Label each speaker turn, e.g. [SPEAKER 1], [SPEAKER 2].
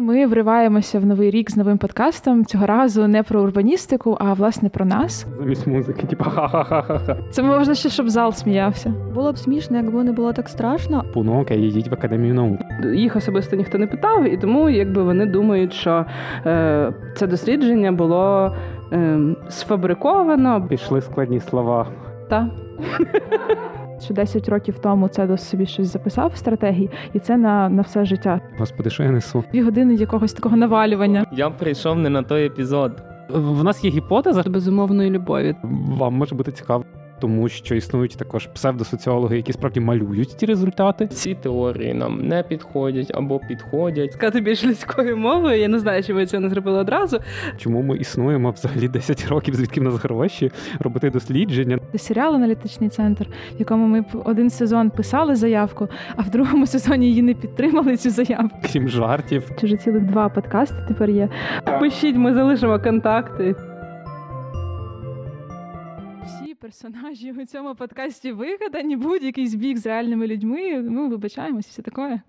[SPEAKER 1] Ми вриваємося в новий рік з новим подкастом. Цього разу не про урбаністику, а власне про нас.
[SPEAKER 2] Замість музики, типа ха-ха-ха-ха.
[SPEAKER 1] Це можна ще, щоб зал сміявся.
[SPEAKER 3] Було б смішно, якби не було так страшно.
[SPEAKER 2] Пунока, їдіть в академію наук.
[SPEAKER 4] їх особисто ніхто не питав, і тому якби вони думають, що е, це дослідження було е, сфабриковано.
[SPEAKER 2] Пішли складні слова.
[SPEAKER 4] Та
[SPEAKER 1] Що 10 років тому це до собі щось записав в стратегії, і це на, на все життя.
[SPEAKER 2] Господи, що я несу?
[SPEAKER 1] Дві години якогось такого навалювання.
[SPEAKER 5] Я прийшов не на той епізод.
[SPEAKER 2] В нас є гіпотеза.
[SPEAKER 4] безумовної любові.
[SPEAKER 2] Вам може бути цікаво, тому що існують також псевдосоціологи, які справді малюють ті результати.
[SPEAKER 5] Ці теорії нам не підходять або підходять.
[SPEAKER 4] Сказати більш людською мовою, я не знаю, чи ви це не зробили одразу.
[SPEAKER 2] Чому ми існуємо взагалі 10 років, звідки в нас гроші робити дослідження?
[SPEAKER 1] Це серіал аналітичний центр, в якому ми б один сезон писали заявку, а в другому сезоні її не підтримали цю заявку.
[SPEAKER 2] Крім жартів,
[SPEAKER 1] Чи вже цілих два подкасти тепер є.
[SPEAKER 4] Пишіть, ми залишимо контакти.
[SPEAKER 1] Всі персонажі у цьому подкасті вигадані, будь-який збіг з реальними людьми. Ну, вибачаємось, все таке.